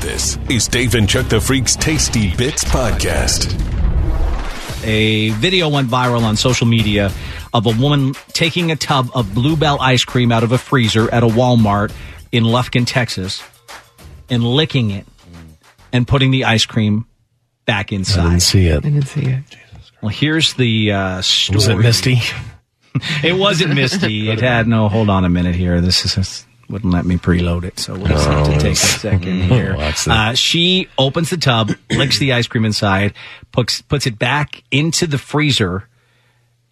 This is Dave and Chuck the Freak's Tasty Bits Podcast. a video went viral on social media of a woman taking a tub of Bluebell ice cream out of a freezer at a Walmart in Lufkin, Texas, and licking it and putting the ice cream back I inside. didn't see it. I didn't see it. Well, here's the uh, story. Was it Misty? It wasn't misty. it had no. Hold on a minute here. This is this wouldn't let me preload it, so we'll just have to Oh. take a second here. Watch that. Uh, she opens the tub, licks the ice cream inside, puts puts it back into the freezer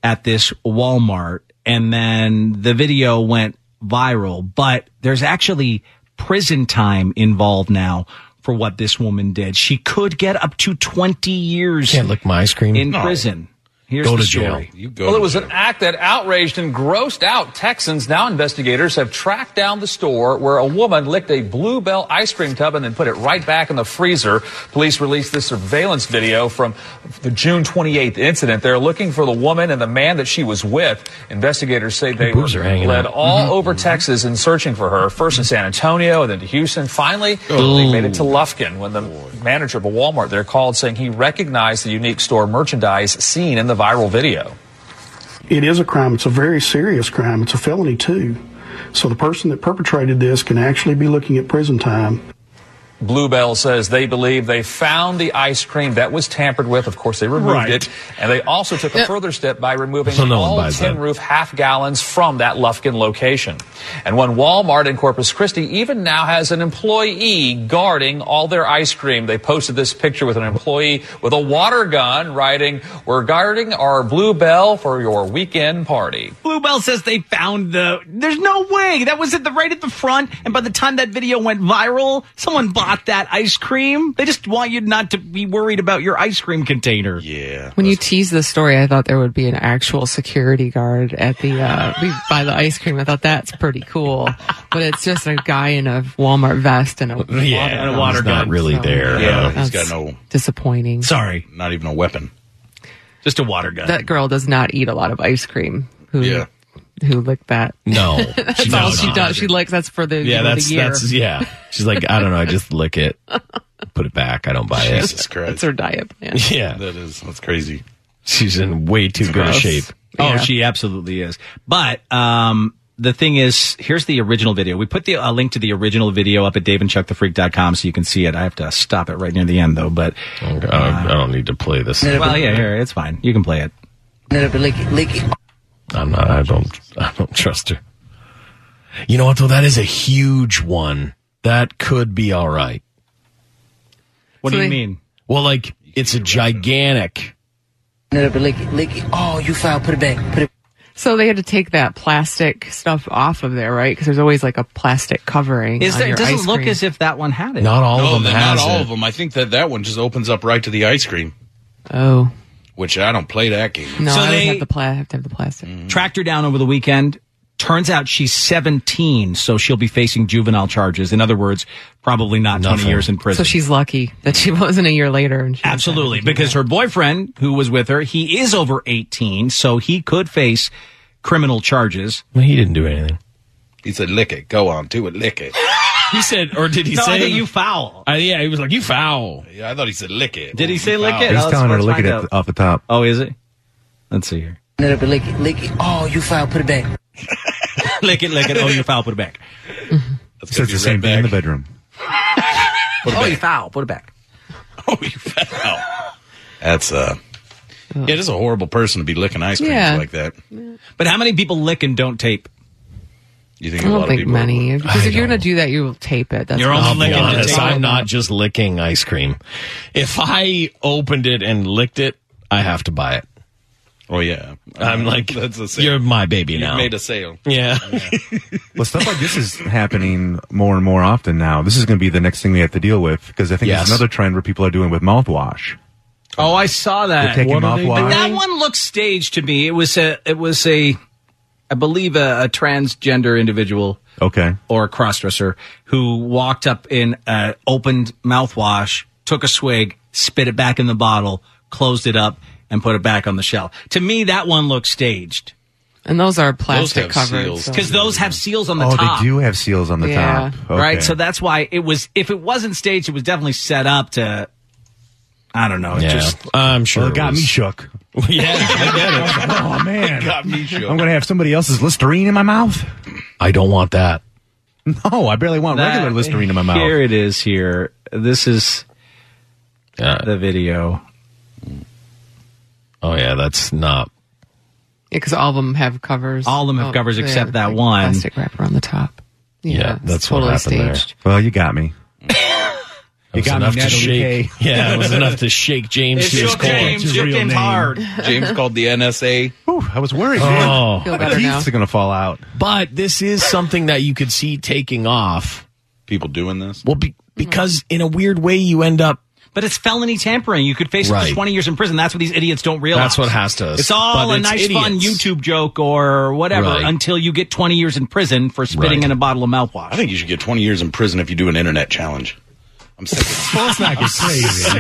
at this Walmart, and then the video went viral. But there's actually prison time involved now for what this woman did. She could get up to 20 years Can't lick my ice cream. in prison. Here's Go the to jail. story. You go well, it was an act that outraged and grossed out Texans. Now investigators have tracked down the store where a woman licked a Bluebell ice cream tub and then put it right back in the freezer. Police released this surveillance video from the June 28th incident. They're looking for the woman and the man that she was with. Investigators say they were boobs are hanging led out. all over Texas in searching for her, first in San Antonio and then to Houston. Finally, they made it to Lufkin when the manager of a Walmart there called saying he recognized the unique store merchandise seen in the viral video. It is a crime. It's a very serious crime. It's a felony, too. So the person that perpetrated this can actually be looking at prison time. Bluebell says they believe they found the ice cream that was tampered with. Of course, they removed Right. it. And they also took a further step by removing No one all buys that. tin roof half gallons from that Lufkin location. And one Walmart in Corpus Christi even now has an employee guarding all their ice cream. They posted this picture with an employee with a water gun writing, We're guarding our Bluebell for your weekend party. Bluebell says they found the. There's no way that was at the right at the front. And by the time that video went viral, someone bought that ice cream. They just want you not to be worried about your ice cream container. When you teased the story, I thought there would be an actual security guard at the uh, we buy the ice cream. I thought that's pretty cool, but it's just a guy in a Walmart vest and a yeah, and a water it's not gun. really there. Yeah, Uh, he's That's got no, disappointing. Sorry, not even a weapon. just a water gun. That girl does not eat a lot of ice cream. Who Yeah. who licked that? no, That's all she does. She licks. That's for the Oh, Yeah, for the that's year. that's yeah. She's like, I don't know, I just lick it, put it back. I don't buy it. Jesus Christ. that's her diet plan. Yeah, that is, that's crazy. she's in way too good a Gross. shape. Oh, Yeah. she absolutely is. But um, the thing is, here's the original video. We put the a link to the original video up at daveandchuckthefreak.com so you can see it. I have to stop it right near the end though. But I don't, Oh, I don't need to play this. well, yeah, here it's fine. You can play it. I'm not. I don't. I don't trust her. You know what though? That is a huge one. That could be all right. What So do you they- mean? Well, like it's a gigantic. Oh, you foul. Put it back. Put it. So they had to take that plastic stuff off of there, right? Because there's always like a plastic covering. Is on there? your It doesn't ice look cream. as if that one had it. Not all No, of them they're has not all it. of them. I think that that one just opens up right to the ice cream, Oh which I don't play that game. no, So I would they- have, the pla- have to have the plastic. Mm-hmm. tracked her down over the weekend. Turns out she's 17, so she'll be facing juvenile charges. In other words, probably not 20 Nothing. years in prison. So she's lucky that she wasn't a year later. And she was absolutely having to do because her boyfriend, who was with her, he is over 18, so he could face criminal charges. Well, he didn't do anything. He said, "Lick it, go on, do it, lick it." He said, or did he No, I say think you foul. Uh, yeah, he was like, "You foul." Yeah, I thought he said, "Lick it." Did he say lick Wow. it? He's Oh, let's- telling her to let's look at find it out. off the top. Oh, is it? Let's see here. Lick it. Lick it. Lick it. Oh, you foul. Put it back. lick it, lick it. Oh, you foul. Put it back. That's Says the same thing in the bedroom. Oh, you foul. Put it back. Oh, That's uh, yeah, it is a horrible person to be licking ice creams Yeah. like that. But how many people lick and don't tape? You think I a don't lot think of people many. Because I if you're don't- going to do that, you will tape it. That's You're only not- I'll be licking the honest. table. I'm not just licking ice cream. If I opened it and licked it, I have to buy it. Oh yeah, I'm Uh, like, that's a sale. you're my baby You've now. made a sale. yeah. Well, stuff like this is happening more and more often now. This is going to be the next thing we have to deal with because I think Yes. it's another trend where people are doing with mouthwash. Oh, I saw They're that. taking what are they mouthwash. That one looks staged to me. It was a, it was a, I believe a, a transgender individual Okay. or a crossdresser who walked up in uh, opened mouthwash, took a swig, spit it back in the bottle, closed it up, and put it back on the shelf. To me, that one looks staged. And those are plastic plastic have covered. seals. so- 'Cause those have seals on the oh, top. they do have seals on the top. Okay. Right. So that's why it was, if it wasn't staged, it was definitely set up to, I don't know. It Yeah. just, I'm sure Well, Oh, it it got was- me shook. yeah, I get it. oh man, got me shook. I'm gonna have somebody else's Listerine in my mouth. I don't want that. No, I barely want regular That- Listerine in my mouth. Here it is. Here, this is the video. Oh yeah, that's not. because all of them have covers. All of them have Oh, covers yeah, except that like one. plastic wrapper on the top. Yeah, it's totally staged. Well, you got me. It was got me, enough to Natalie shake. Kay. Yeah, it was enough to shake James to his core. James called the NSA. Whew, I was worried. Oh. man. Feel my better teeth now. are gonna fall out. But this is something that you could see taking off. People doing this. Well, be, because in a weird way, you end up. But it's felony tampering. You could face up Right. to 20 years in prison. That's what these idiots don't realize. That's what has to- It's all but a it's nice, fun idiots. YouTube joke or whatever Right. until you get 20 years in prison for spitting Right. in a bottle of mouthwash. I think you should get 20 years in prison if you do an internet challenge. I'm sick of Well, it's not get crazy. it's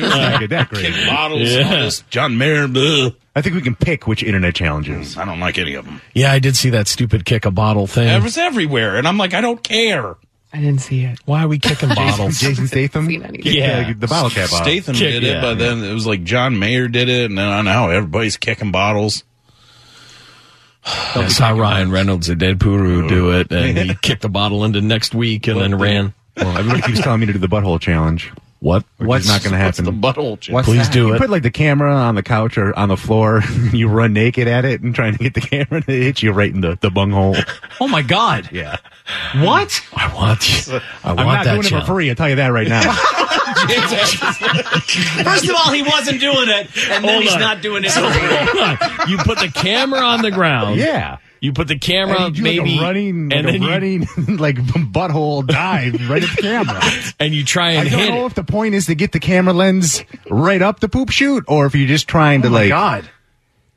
not get that Kick crazy. bottles, all this John Mayer. Blah. I think we can pick which internet challenges. I don't like any of them. Yeah, I did see that stupid kick a bottle thing. It was everywhere, and I'm like, I don't care. I didn't see it. Why are we kicking bottles? Jason Statham. Seen any. Yeah. Yeah, the bottle cap off. Statham Kick- did it, yeah, but then it was like John Mayer did it, and then I know everybody's kicking bottles. I saw Ryan Reynolds at Dead Puru do Oh. it, and he kicked a bottle into next week and then ran. Well, everybody keeps telling me to do the butthole challenge. What? Which is not going to What's happen. the butthole? Jim? What's Please that? do you it. Put like the camera on the couch or on the floor. you run naked at it and trying to get the camera to hit you right in the the bunghole. oh my God. Yeah, What? I want you. I want I'm that not doing it for challenge. free. I tell you that right now. First of all, he wasn't doing it, and then Hold he's on. not doing it. you put the camera on the ground. yeah. You put the And camera you do maybe like a running, like and a then you, running, like butthole dive right at the camera. and you try I and don't hit know it. if the point is to get the camera lens right up the poop chute, or if you're just trying Oh to like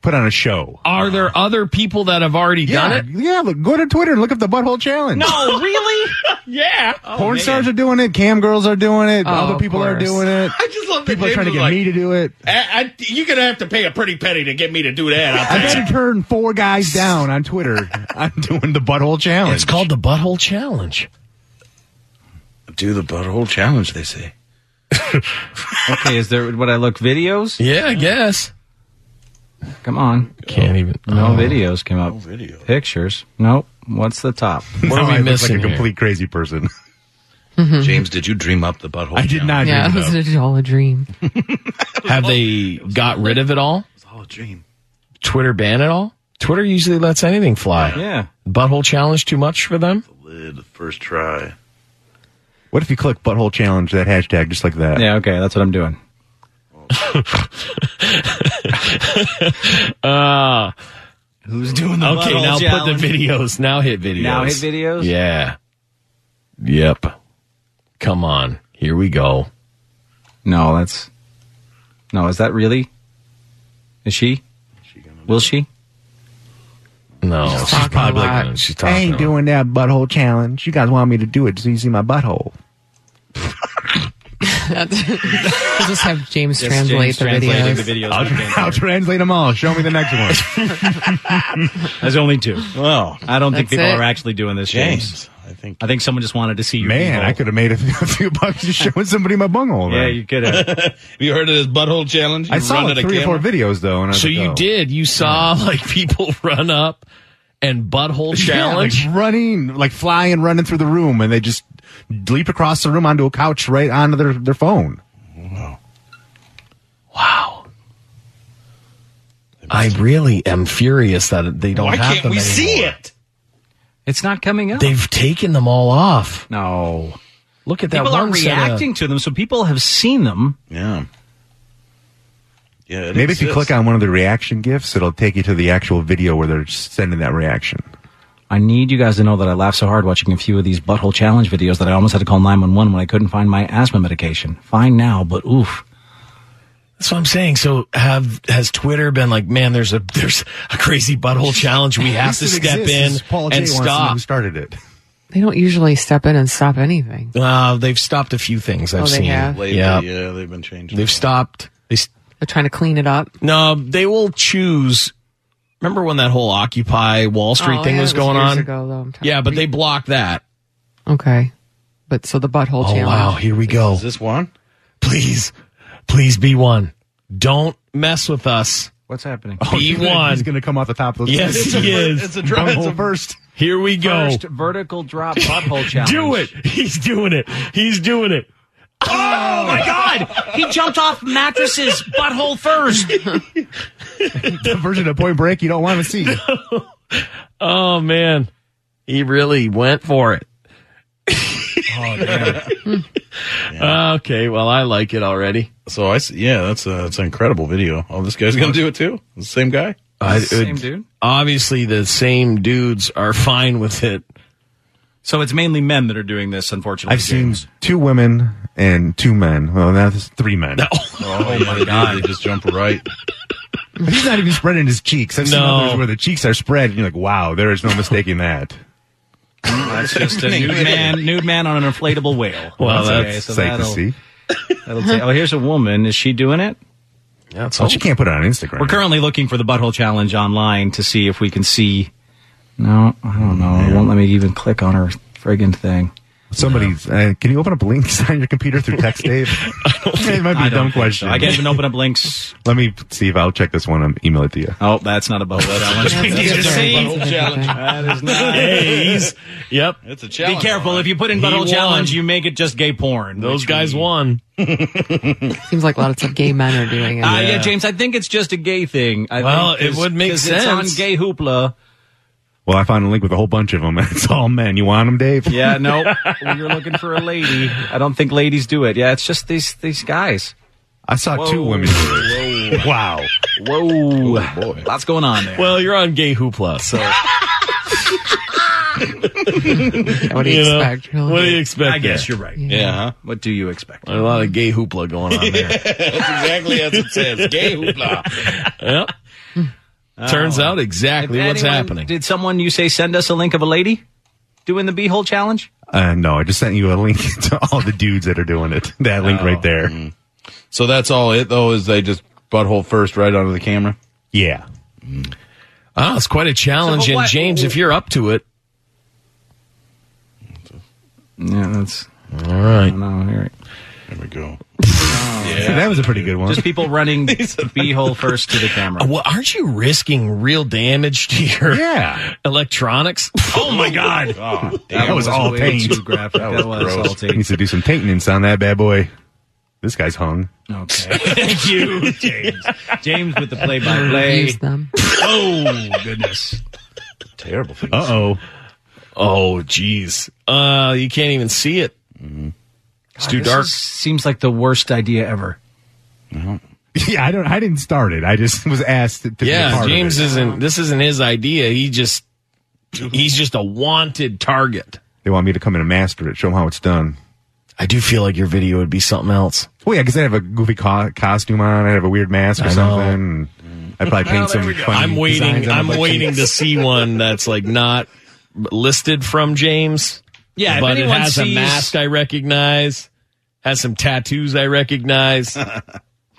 put on a show. Are there other people that have already yeah, done it? yeah. Look, go to Twitter and look up the butthole challenge. No, really? Oh, Porn Oh, stars are doing it. Cam girls are doing it. Oh, other of people are course. doing it. I just love that People are James trying to was get like, me to do it. I, I, you're gonna have to pay a pretty penny to get me to do that. I'll I tell you. better turn four guys down on Twitter. I'm doing the butthole challenge. It's called the Butthole Challenge. do the butthole challenge. They say. okay, is there what I look videos? Yeah, I guess. Come on. Can't even. No videos came up. video. Pictures. Nope. What's the top? What Now are I we look missing? Like a here? complete crazy person. James, did you dream up the butthole? I did not. Mm-hmm. Yeah, it dream was about. a- all a dream. Have they got rid of it all? It's all a dream. Twitter ban it all? Twitter usually lets anything fly. Yeah. Butthole Challenge too much for them? Lid the first try. What if you click butthole challenge that hashtag just like that? Yeah, okay, that's what I'm doing. Uh, Who's doing the okay, now put the videos. Now hit videos. Now hit videos? Yeah. Yep. Come on. Here we go. No, that's No, is that really? Is she? Will she? No, she's, talking probably a lot. gonna- she's talking. I ain't a lot. doing that butthole challenge. You guys want me to do it so you see my butthole. We'll just have James translate the videos. videos. I'll, I'll translate them all. Show me the next one. There's only two. Well, I don't think That's people it. are actually doing this, James. James, I think I think someone just wanted to see you. Man, I could have made a few, a few bucks just showing somebody my bunghole. Yeah, there. you could have. have you heard of this butthole challenge? You I saw run like at a three or four camera? videos though. And I was So like, you oh. did. You saw like people run up and butthole Yeah, challenge. like running, like flying, running through the room, and they just leap across the room onto a couch right onto their, their phone. Oh, wow. I really am furious that they don't Why have can't them we see anymore. it? It's not coming up. They've taken them all off. no. Look at that People are one set of- reacting to them, so people have seen them. Yeah. Yeah. It Maybe if you exists. click on one of the reaction gifs, it'll take you to the actual video where they're sending that reaction. I need you guys to know that I laughed so hard watching a few of these butthole challenge videos that I almost had to call 911 when I couldn't find my asthma medication. Fine now, but oof. That's what I'm saying. So have has Twitter been like, man, there's a there's a crazy butthole challenge. We have to step in Paul and stop. Who started it? They don't usually step in and stop anything. Uh, they've stopped a few things I've Oh, they seen. have? Lately, Yeah. yeah, they've been changing. They've stopped. They s- They're trying to clean it up. no, they will choose Remember when that whole Occupy Wall Street Oh, thing yeah, was it was going years on? ago, though, I'm yeah, but they blocked that. Okay. But so the Oh butthole challenge. wow, here we go. Is this one? Please, please be one. Don't mess with us. What's happening? Be one. Oh, He's going to come off the top of the Yes, It's he a- is. It's a drum Bunghole first. Here we go. First vertical drop butthole challenge. Do it. He's doing it. He's doing it. Oh my God! He jumped off mattresses butthole first. The version of Point Break you don't want to see. Oh man, he really went for it. Oh, Okay, well I like it already. So I s- yeah, that's a, that's an incredible video. Oh, this guy's gonna do it too. The same guy. I, Same it- dude. Obviously, the same dudes are fine with it. So it's mainly men that are doing this, unfortunately. I've seen James. two women and two men. Well, now there's three men. Oh my god, they just jump right. He's not even spreading his cheeks. I've seen No. others where the cheeks are spread, and you're like, wow, there is no mistaking that. Mm, That's just a nude man, nude man on an inflatable whale. Well, okay, that's so Sight to that'll, see. that'll take- oh, here's a woman. Is she doing it? That's But you can't put it on Instagram. We're currently looking for the butthole challenge online to see if we can see. No, I don't know. It won't let me even click on her friggin' thing. Somebody, uh, can you open up links on your computer through text, Dave? it might be a I don't dumb think so. question. I can't even open up links. Let me see if I'll check this one and email it to you. Oh, that's not a butthole challenge. That's a different Butthole thing. challenge. that is not. A's. Yep, It's a Be challenge. careful. If you put in butthole won. challenge, you make it just gay porn. those which guys we- won. Seems like lots of gay men are doing it. Uh, yeah. James, I think it's just a gay thing. I Well, think 'cause- it would make 'cause It's on sense. gay hoopla. Well, I found a link with a whole bunch of them, and it's all men. You want them, Dave? Yeah, no, you're looking for a lady. I don't think ladies do it. Yeah, it's just these these guys. I saw two women do it. Wow. Whoa, Oh, lots going on there. Well, you're on Gay Hoopla, so what do you, you know, expect? Really? what do you expect? I guess there? you're right. Yeah, huh? What do you expect? a lot of Gay Hoopla going on there. that's exactly as it says. Gay hoopla. Oh. yep. Turns out exactly what's Anyone- happening. Did someone you say send us a link of a lady doing the beehole challenge? Uh, no, I just sent you a link to all the dudes that are doing it. That link Oh. right there. Mm. So that's all it though is they just butthole first right onto the camera. Yeah. Ah, it's quite a challenge. So, but and what- James, if you're up to it, Yeah, that's all right. no. All right. There we go. that was a pretty good one. Just people running beehole first to the camera. Uh, Well, aren't you risking real damage to your Yeah. electronics? Oh my God! that was all way paint. Too graphic. That was, all He taint. needs to do some paintings on that bad boy. This guy's hung. Okay. Thank you, James. James with the play-by-play. Use them. Oh goodness. Terrible thing. Uh oh. oh, jeez. Uh, you can't even see it. It's too This dark. is- seems like the worst idea ever. Yeah, I don't. I didn't start it. I just was asked to be a yeah, part James of it. isn't. This isn't his idea. He just. He's just a wanted target. They want me to come in and master it, show them how it's done. I do feel like your video would be something else. Well, yeah, because I have a goofy co- costume on. I have a weird mask or I know. something. I probably paint some funny. I'm designs waiting. on I'm my waiting to cheeks. see one that's like not listed from James. Yeah, if but it anyone has a sees- mask I recognize. Has some tattoos I recognize and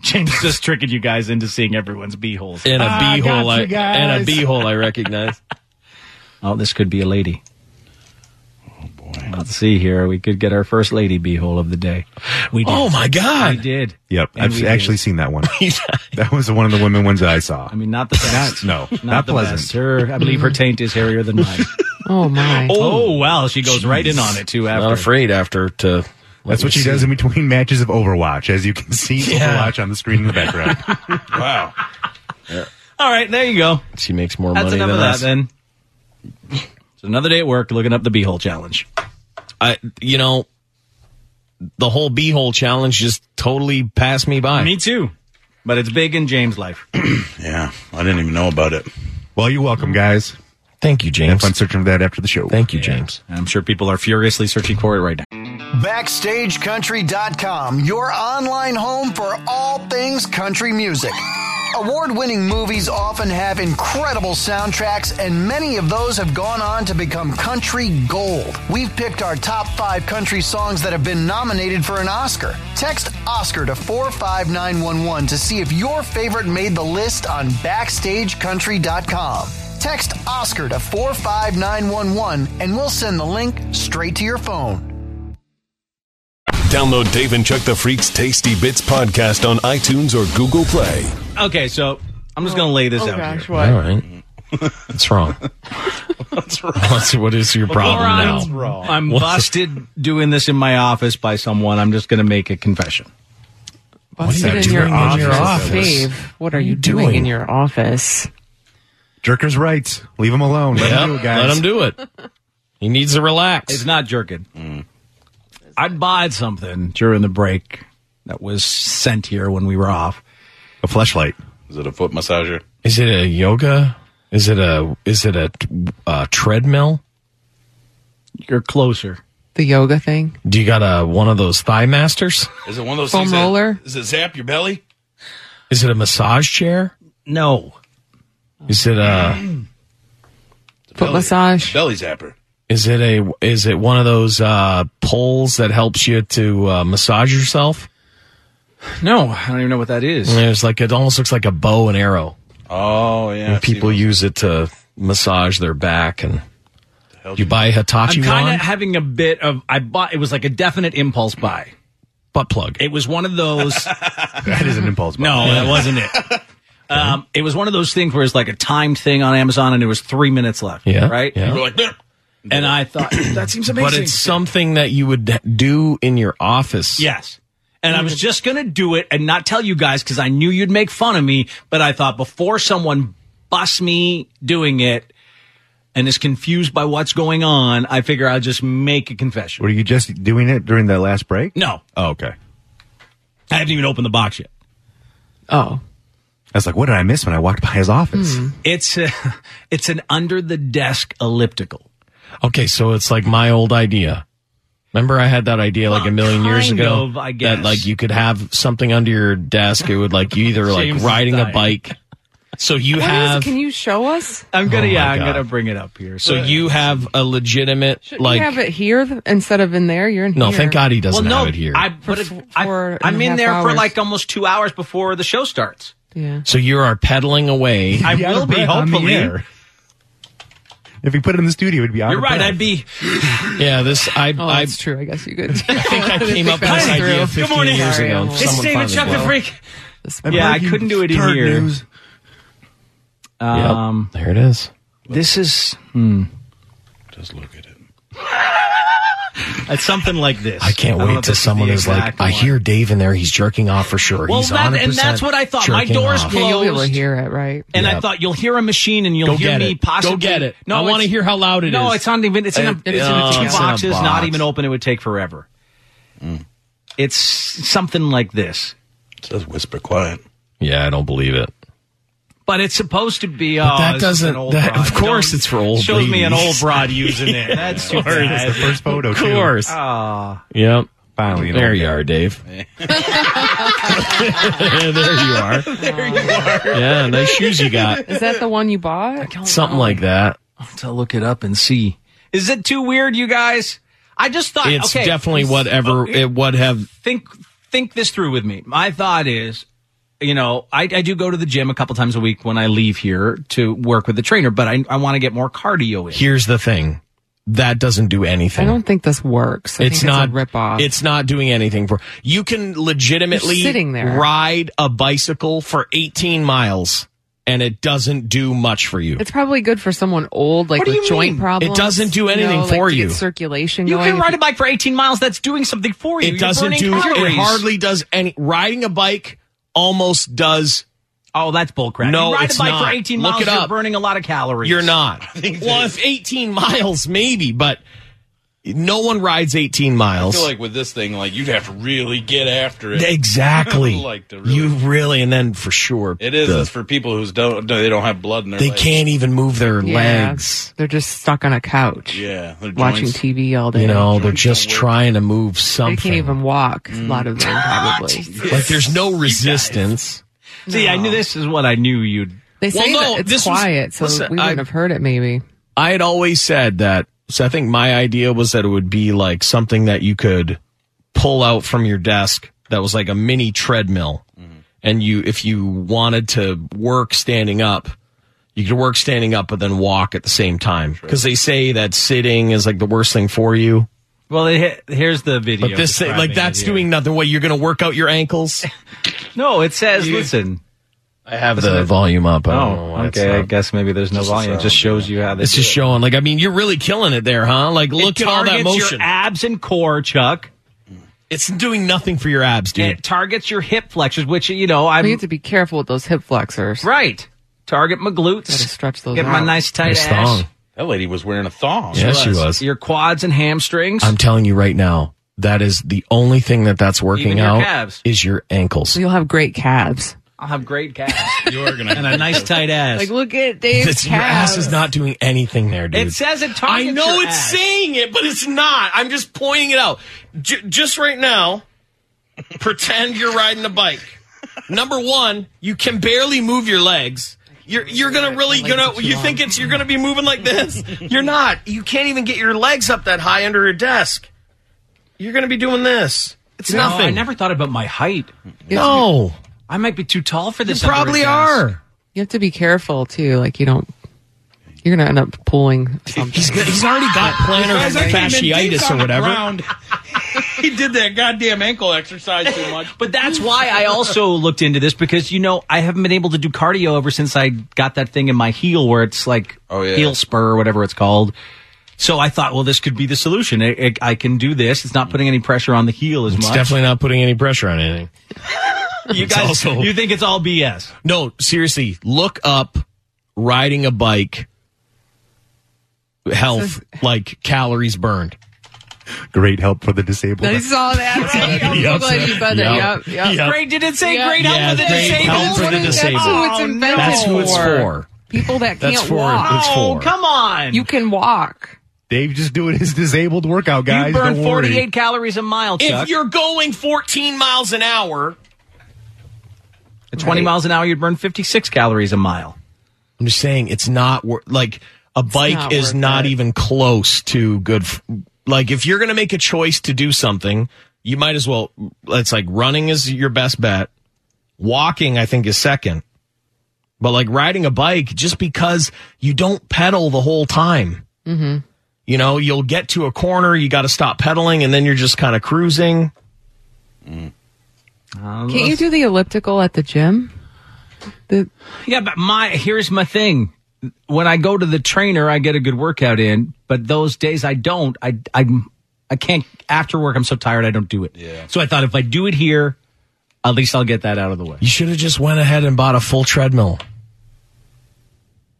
James just tricking you guys into seeing everyone's beeholes. a Ah, I got beehole I you guys. and a beehole I recognize. Oh, this could be a lady. Oh boy. Let's see here. We could get our first lady beehole of the day. We did. oh my we god! did. Yep, And I've we actually did. seen that one. that was one of the women ones I saw. I mean, not the best. no, not, not the pleasant. Mm. best. Her, I believe her taint is hairier than mine. Oh my. oh, well, she goes right in on it too. After Not afraid after to. That's what she does in between matches of Overwatch, as you can see Overwatch on the screen in the background. Wow. All right, there you go. She makes more That's money enough than of that us. then. It's another day at work looking up the beehole challenge. I, you know, the whole beehole challenge just totally passed me by. Me too. But it's big in James' life. Yeah, I didn't even know about it. well, you're welcome, guys. Thank you, Have James. fun searching for that after the show. Thank you, James. I'm sure people are furiously searching for it right now. BackstageCountry.com, your online home for all things country music. Award winning movies often have incredible soundtracks, and many of those have gone on to become country gold. We've picked our top five country songs that have been nominated for an Oscar. Text Oscar to 45911 to see if your favorite made the list on BackstageCountry.com. Text Oscar to 45911 and we'll send the link straight to your phone. Download Dave and Chuck the Freak's Tasty Bits podcast on iTunes or Google Play. Okay, so I'm just going to lay this Oh, out. gosh, here. what? All right. What's wrong? What's wrong? What's, what is your problem Morons. now? I'm What's- busted doing this in my office by someone. I'm just going to make a confession. What's that in your, doing office? in your office? Dave, what are you doing, doing? in your office? Jerker's rights. Leave him alone. Let Yep, him do it, guys. Let him do it. He needs to relax. It's not jerking. I bought something during the break that was sent here when we were off. A flashlight. Is it a foot massager? Is it a yoga? Is it a is it a, uh treadmill? You're closer. The yoga thing? Do you got a one of those thigh masters? Is it one of those Foam things that- roller? Does it zap your belly? Is it a massage chair? No. Is it a It's a Foot belly- massage? Belly zapper. is it a is it one of those uh, poles that helps you to uh, massage yourself? No, I don't even know what that is. There's like it almost looks like a bow and arrow. Oh yeah. and people use it to massage their back and you buy a Hitachi I'm kind one of having a bit of. I bought. It was like a definite impulse buy. butt plug. It was one of those. That is an impulse. buy. No, that wasn't it. Um, it was one of those things where it's like a timed thing on Amazon, and it was three minutes left. Yeah, right. yeah. We're like, "Bleh." And I thought that seems amazing. but it's something that you would do in your office. yes. And Mm. I was just gonna do it and not tell you guys because I knew you'd make fun of me. But I thought before someone busts me doing it and is confused by what's going on, I figure I'll just make a confession. Were you just doing it during the last break? No, Oh, okay. I haven't even opened the box yet. Oh. I was like, what did I miss when I walked by his office? Mm. It's a, it's an under the desk elliptical. Okay, so it's like my old idea. Remember, I had that idea like a million years kind ago. of, I That guess. like you could have something under your desk. It would like you either like James' riding a diet. bike. So you What is have it? Can you show us? I'm Oh gonna my yeah, I'm God. gonna bring it up here. so you have a legitimate Should like you have it here th- instead of in there? You're in no. here. Thank God he doesn't well, no, have it here. I but For it- f- I, four and I'm a in half there for hours. like almost two hours before the show starts. Yeah. so you are pedaling away. I Be out will of be breath on the hopefully. air. If we put it in the studio, it'd be out You're of right. breath. I'd be. yeah, this I Oh, I that's true. I guess you could. think I came up with this that idea through. 15 Good morning. years Sorry, ago. I'm and old. It's someone David finally Chuck did the it. Freak. I've Yeah, heard I you couldn't do it in turd here. news. Yep, Um, there it is. this is Just look at it. it's something like this. I can't don't know wait if till this someone the is like, exact I one. hear Dave in there. He's jerking off for sure. Well, He's that- and 100% that's what I thought. My jerking door's off. yeah, you'll be able to Closed. hear it, right? And Yeah. I thought you'll hear a machine and you'll Go hear get me it. Go possibly. get it. No, I it's- wanna hear how loud it no, is. it's not even. It's in a. It- it's no, in a it's two in a boxes. Not box. even open. It would take forever. It's something like this, It says whisper quiet. Yeah, I don't believe it. but it's supposed to be. oh, that this is an doesn't- old that- broad. of course Don't- it's for old Shows me an ladies. old broad using it. That's too That's the bad. first photo, Of too. course. Ah. Yep. Finally, an There old you guy. are, Dave. there you are. There you are. Yeah, nice shoes you got. Is that the one you bought? Oh, Something like that. to look it up and see. Is it too weird, you guys? I just thought It's okay, definitely whatever Okay. it would have. think think this through with me. My thought is, you know, I, I do go to the gym a couple times a week when I leave here to work with the trainer, but I, I want to get more cardio in. Here's the thing. That doesn't do anything. I don't think this works. I it's think not it's a rip off. It's not doing anything for you. Can legitimately You're sitting there. ride a bicycle for 18 miles, and it doesn't do much for you. It's probably good for someone old, like What do with you joint mean? problems. It doesn't do you know, anything like for to get you. circulation You going. can if ride a bike for 18 miles. That's doing something for you. it You're doesn't burning do. It calories. hardly does any. Riding a bike almost does. Oh, that's bullcrap. No, you ride it's a bike not. for 18 Look miles. it You're up. burning a lot of calories. You're not. Well, if 18 miles, maybe, but no one rides 18 I miles. feel like with this thing, like you'd have to really get after it. exactly. Like to really- you really, and then for sure, It is. the- it's for people who don't. No, they don't have blood in their. they legs. can't even move their Yeah. legs. They're just stuck on a couch, Yeah. their watching joints. TV all day. You know, they're just don't work. trying to move they something. can't even walk. A lot of them probably. like there's no resistance. See, I knew this is what I knew you'd. They say Well, no, that this it's was- quiet, so listen, we wouldn't I- have heard it. Maybe I had always said that. So I think my idea was that it would be like something that you could pull out from your desk that was like a mini treadmill. And you, if you wanted to work standing up, you could work standing up, but then walk at the same time. Cause they say that sitting is like the worst thing for you. Well, it, here's the video. But this thing, like describing that's it here. doing nothing. What you're going to work out your ankles? No, it says, listen. I have Isn't the it- volume up. I don't know Oh, why it's okay. I not. guess maybe there's no volume. It just shows you how It's this. just showing. Like I mean, you're really killing it there, huh? Like look at all that motion. Your abs and core, Chuck. It's doing nothing for your abs, dude. It targets your hip flexors, which you know I we have to be careful with those hip flexors. right. Target my glutes. stretch those Get my out. nice tight Nice ass. thong. That lady was wearing a thong. Yeah, she was. Your quads and hamstrings. I'm telling you right now, that is the only thing that that's working Even your out calves. is your ankles. You'll have great calves. I'll have great calves. you are gonna and a nice tight ass. Like look at Dave's It's- your ass is not doing anything there, dude. it says it targets. I know your it's ass. saying it, but it's not. I'm just pointing it out. J- just right now, pretend you're riding a bike. Number one, you can barely move your legs. You're you're gonna really gonna you think it's you're gonna be moving like this. You're not. You can't even get your legs up that high under a desk. You're gonna be doing this. It's No, I nothing. never thought about my height. no. I might be too tall for You this. probably are. You have to be careful too. Like you don't. You're gonna end up pulling something. He's, got- he's already got Guys, plantar I came in deep fasciitis or on the whatever. ground. he did that goddamn ankle exercise too much. But that's why I also looked into this because you know I haven't been able to do cardio ever since I got that thing in my heel where it's like Oh, yeah. heel spur or whatever it's called. So I thought, well, this could be the solution. I, I, I can do this. It's not putting any pressure on the heel as It's much. definitely not putting any pressure on anything. you it's guys, also- you think it's all BS? No, seriously, look up riding a bike health like calories burned. Great help for the disabled. I saw that. I'm so glad you said that. Yep. Yep. Great? Did it say Yeah. great Yeah, help for the great disabled? help for the That's disabled. who it's Oh, invented That's who it's for. People that That's can't for- walk. it's Oh, for. come on! You can walk. Dave just doing his disabled workout, guys. you burn Don't worry. 48 calories a mile, Chuck. If you're going 14 miles an hour, At 20 miles an hour, you'd burn 56 calories a mile. I'm just saying it's not wor- like a bike not is worth not it. even close to good. F- like if you're going to make a choice to do something, you might as well. It's like running is your best bet. Walking, I think, is second. But like riding a bike, just because you don't pedal the whole time. Mm-hmm. You know, you'll get to a corner, you got to stop pedaling, and then you're just kind of cruising. Can't you do the elliptical at the gym? The, Yeah, but my here's my thing. When I go to the trainer, I get a good workout in, but those days I don't. I I I can't after work. I'm so tired. I don't do it. Yeah. So I thought if I do it here, at least I'll get that out of the way. You should have just went ahead and bought a full treadmill.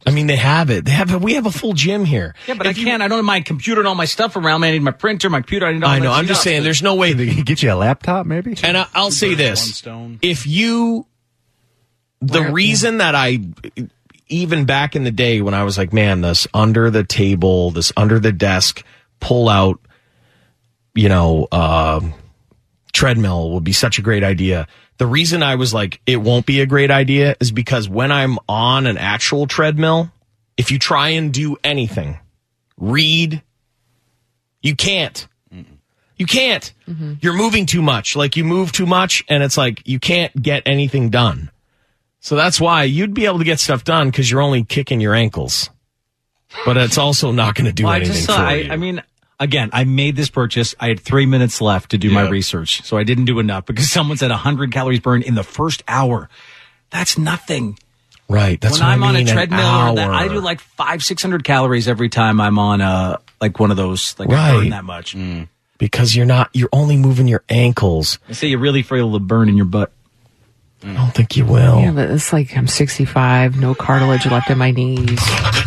I mean, they have it. They have it. We have a full gym here. Yeah, but I can't. I don't have my computer and all my stuff around. me. I need my printer, my computer. I need all. I that know. I'm just stuff. saying, there's no way. That, Get you a laptop, maybe. and I, I'll say One this: stone. if you, the reason that I, even back in the day when I was like, man, this under the table, this under the desk pull out, you know, uh, treadmill would be such a great idea. The reason I was like, it won't be a great idea is because when I'm on an actual treadmill, if you try and do anything, read, you can't. You can't. Mm-hmm. You're moving too much. Like you move too much and it's like you can't get anything done. So that's why you'd be able to get stuff done because you're only kicking your ankles. But it's also not going to do Well, I anything just for saw. I, you. I mean. Again, I made this purchase. I had three minutes left to do my Yeah. research, so I didn't do enough because someone said 100 calories burned in the first hour. That's nothing. right. That's when what I'm I mean, on a an treadmill, or that, hour. I do like five, six hundred calories every time I'm on a like one of those. Like I burn Right. that much. Mm. because you're not. You're only moving your ankles. They say you really feel the burn in your butt. I don't think you will. yeah, but it's like I'm 65, no cartilage left in my knees.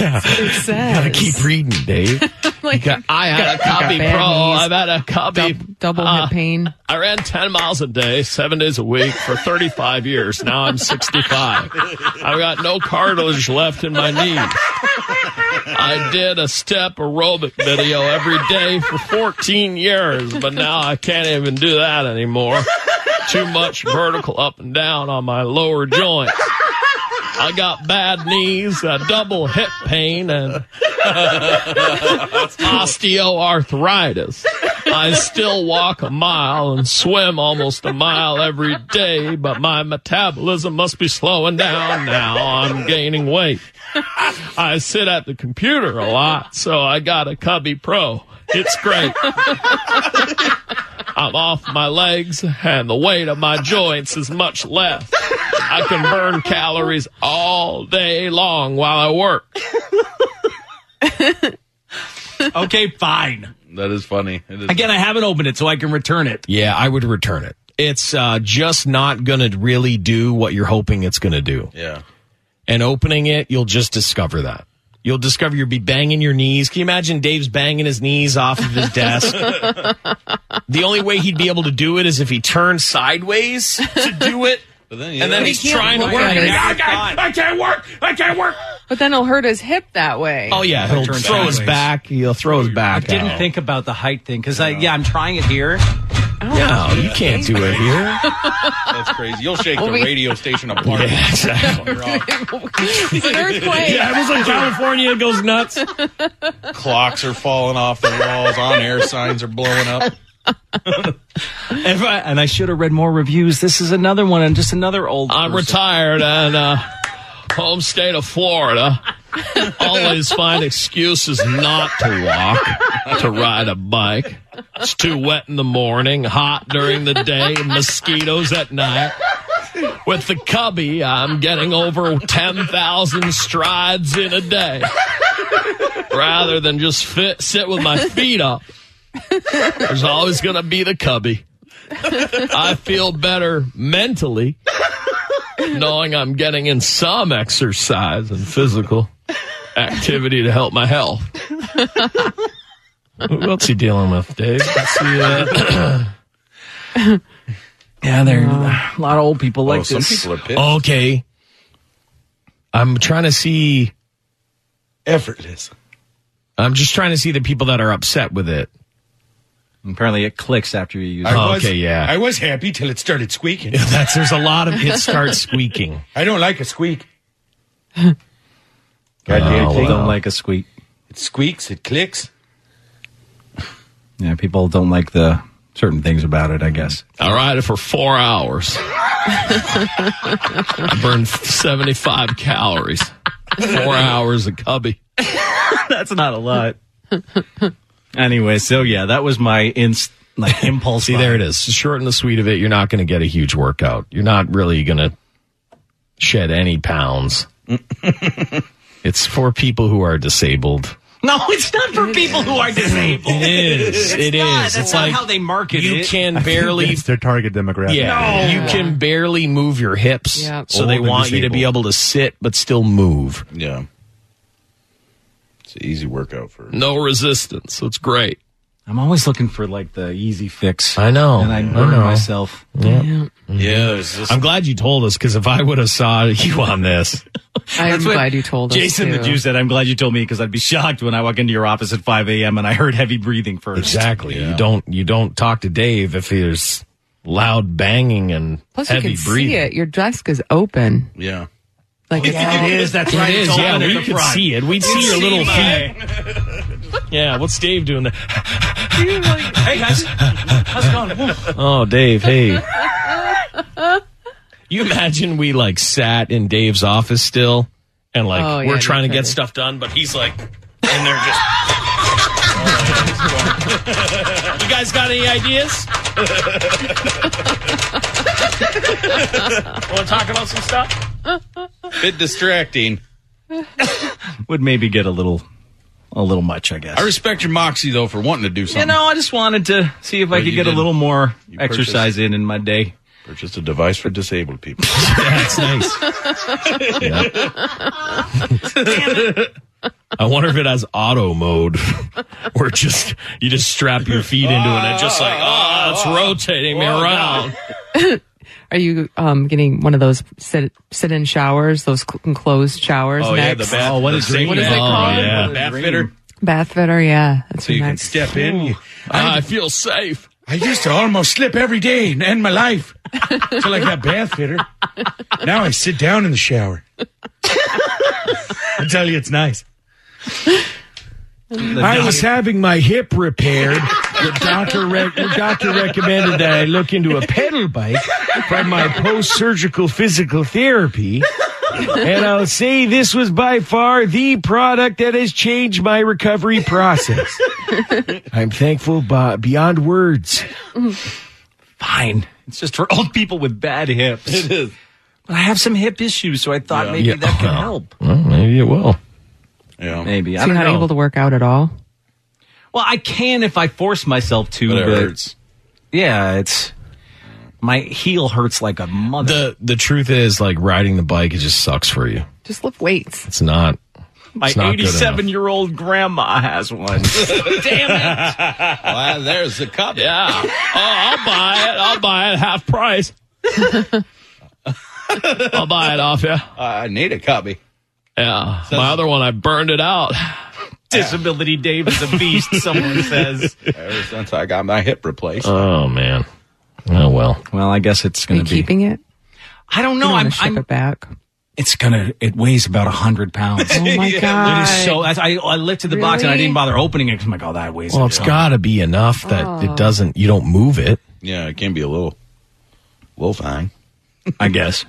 Yeah. You gotta keep reading, Dave. Like, You got- I had a copy, bad bro. knees. I've had a copy. Dub- double Uh, hip pain. I ran 10 miles a day, seven days a week for 35 years. Now I'm 65. I've got no cartilage left in my knees. I did a step aerobic video every day for 14 years, but now I can't even do that anymore. Too much vertical up and down on my lower joint. I got bad knees, uh, double hip pain, and osteoarthritis. I still walk a mile and swim almost a mile every day, but my metabolism must be slowing down now. I'm gaining weight. I sit at the computer a lot, so I got a Cubby Pro. It's great. I'm off my legs and the weight of my joints is much less. I can burn calories all day long while I work. okay, fine. That is funny. It is Again, I haven't opened it, so I can return it. Yeah, I would return it. It's uh, just not going to really do what you're hoping it's going to do. Yeah. And opening it, you'll just discover that. You'll discover you'll be banging your knees. Can you imagine Dave's banging his knees off of his desk? the only way he'd be able to do it is if he turned sideways to do it. But then, And then he's trying to work. it. I can't, I can't work. I can't work. But then he'll hurt his hip that way. Oh yeah, he'll throw Turn his sideways. back. He'll throw his back. Didn't out. think about the height thing because I yeah I'm trying it here. No, you can't do it here. That's crazy. You'll shake the we- radio station apart. Yeah, exactly. it's an earthquake. Everyone's in California goes nuts. Clocks are falling off the walls. On air signs are blowing up. If I- and I should have read more reviews. This is another one and just another old. I'm person. retired and uh, home state of Florida. Always find excuses not to walk, to ride a bike. It's too wet in the morning, hot during the day, mosquitoes at night. With the cubby, I'm getting over 10,000 strides in a day rather than just fit, sit with my feet up. There's always going to be the cubby. I feel better mentally knowing I'm getting in some exercise and physical activity to help my health. What's he dealing with, Dave? That's the, uh, Yeah, there are a lot of old people like oh, some this. people are pissed. okay. I'm trying to see. Effortless. I'm just trying to see the people that are upset with it. Apparently, it clicks after you use. it. Oh, okay, yeah. I was happy till it started squeaking. That's there's a lot of it starts squeaking. I don't like a squeak. Oh, Goddamn thing. Don't like a squeak. It squeaks. It clicks. Yeah, people don't like the certain things about it. I guess. I ride it for four hours. I burned 75 calories. Four hours of cubby. That's not a lot. anyway, so yeah, that was my inst like impulse. See, there it is. Short and the sweet of it. You're not going to get a huge workout. You're not really going to shed any pounds. it's for people who are disabled. No, it's not for people who are disabled. It is. It's It not. is. That's It's not like how they market you it. can barely. It's their target demographic. Yeah, you can barely move your hips. Yep. So they Old and want you to be disabled. able to sit but still move. Yeah. It's an easy workout for. No resistance. It's great. I'm always looking for like the easy fix. I know. and I I burn know. myself. Mm-hmm. Yeah. There's this I'm glad you told us because if I would have saw you on this, I'm what glad you told us. Jason too. the Jew said, "I'm glad you told me because I'd be shocked when I walk into your office at 5 a.m. and I heard heavy breathing first. exactly. You don't you don't talk to Dave if there's loud banging and Plus, heavy you can breathing. see it. Your desk is open. yeah. Like it's It is. That's right. It is. Yeah, we could see it. We'd see your little feet. yeah. What's Dave doing there? Hey guys, how's it going? Oh, Dave. Hey. you imagine we like sat in Dave's office still, and like Oh, yeah, we're no trying to kidding. get stuff done, but he's like, and they're just. you guys got any ideas? Want to talk about some stuff? bit distracting. Would maybe get a little, a little much, I guess. I respect your moxie though for wanting to do you something. know, I just wanted to see if I you could get a did. little more purchased- exercise in in my day. Purchased a device for disabled people. That's nice. Yeah. I wonder if it has auto mode, or just you just strap your feet into it and it just like oh, it's rotating me around. Are you um, getting one of those sit sit in showers, those cl- enclosed showers? Oh yeah, next? the bath. Oh, what the a dream. safety What is it bath. called? Yeah, What a bath dream. fitter. Bath fitter, yeah. That's So you can next. step in. I feel safe. I used to almost slip every day and end my life. Until I got bath fitter. Now I sit down in the shower. I tell you, it's nice. I was having my hip repaired. The doctor, rec- the doctor recommended that I look into a pedal bike for my post surgical physical therapy. And I'll say this was by far the product that has changed my recovery process. I'm thankful by, beyond words. Fine. It's just for old people with bad hips. It is. But I have some hip issues, so I thought maybe Yeah. that could Uh-huh. Well. help. Well, maybe it will. Yeah. Maybe. So I'm you're not able to work out at all. Well, I can if I force myself to, but, But it hurts. yeah, it's my heel hurts like a mother. The the truth is, like riding the bike, it just sucks for you. Just lift weights. It's not. my it's not good enough. 87 year old grandma has one. Damn it. well, there's the cup. Yeah. Oh, I'll buy it. I'll buy it half price. I'll buy it off you. I need a copy. Yeah. My other one, I burned it out. Disability Dave is a beast, someone says. Ever since I got my hip replaced. Oh, man. Oh, well. Well, I guess it's going to be. Keeping it? I don't know. You I'm, wanna ship I'm it back. It's gonna. It weighs about hundred pounds. Oh my It god! is so. I, I I lifted the box and I Really? didn't bother opening it. Oh. 'cause I'm like, oh, that weighs. Well, a it's ton. got to be enough that Oh. it doesn't. You don't move it. Yeah, it can be a little, little fine. I guess.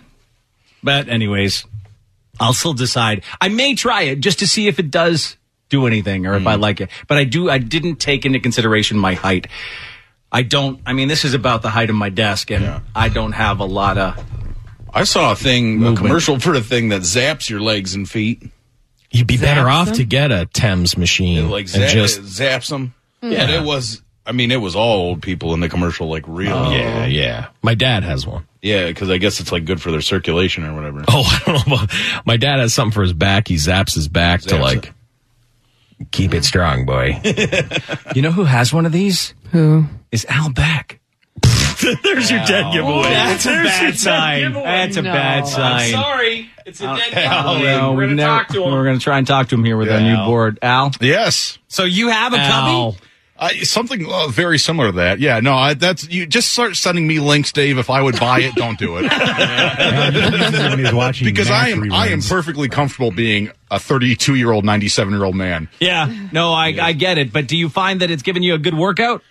But anyways, I'll still decide. I may try it just to see if it does do anything or if Mm. I like it. But I do. I didn't take into consideration my height. I don't. I mean, this is about the height of my desk, and I don't have a lot of. I saw a thing, a commercial for a thing that zaps your legs and feet. You'd be better Zaps off them? to get a Thames machine Like Mm. and zap, just zaps them. Hmm. Yeah, it was. I mean, it was all old people in the commercial, like real. Oh. Yeah, yeah. My dad has one. Yeah, because I guess it's like good for their circulation or whatever. Oh, I don't know. About, my dad has something for his back. He zaps his back to like keep it strong, boy. You know who has one of these? Who is Al Beck? There's your dead giveaway. That's a There's your bad dead sign. giveaway. That's a No. bad sign. sorry. It's Uh, a dead Oh, no, we never- We're going to try and talk to him here with our Yeah. new board. Al? Yes. So you have a Ow. cubby? I, something uh, very similar to that. Yeah, no, I, that's you. Just start sending me links, Dave. If I would buy it, don't do it. because I am I am perfectly comfortable being a 32 year old, 97 year old man. Yeah. No, I, I get it. But do you find that it's giving you a good workout?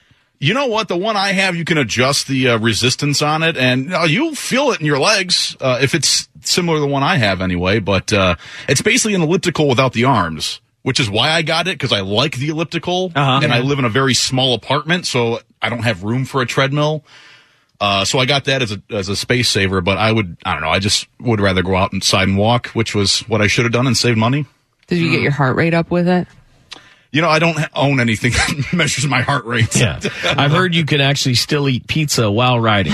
You know what? The one I have, you can adjust the uh, resistance on it, and uh, you'll feel it in your legs uh, if it's similar to the one I have anyway. But uh, it's basically an elliptical without the arms, which is why I got it because I like the elliptical, and I live in a very small apartment, so I don't have room for a treadmill. Uh, so I got that as a as a space saver, but I would I don't know I just would rather go out inside and walk, which was what I should have done and saved money. Did you get your heart rate up with it? You know I don't ha- own anything that measures my heart rate. Yeah, I've heard you can actually still eat pizza while riding.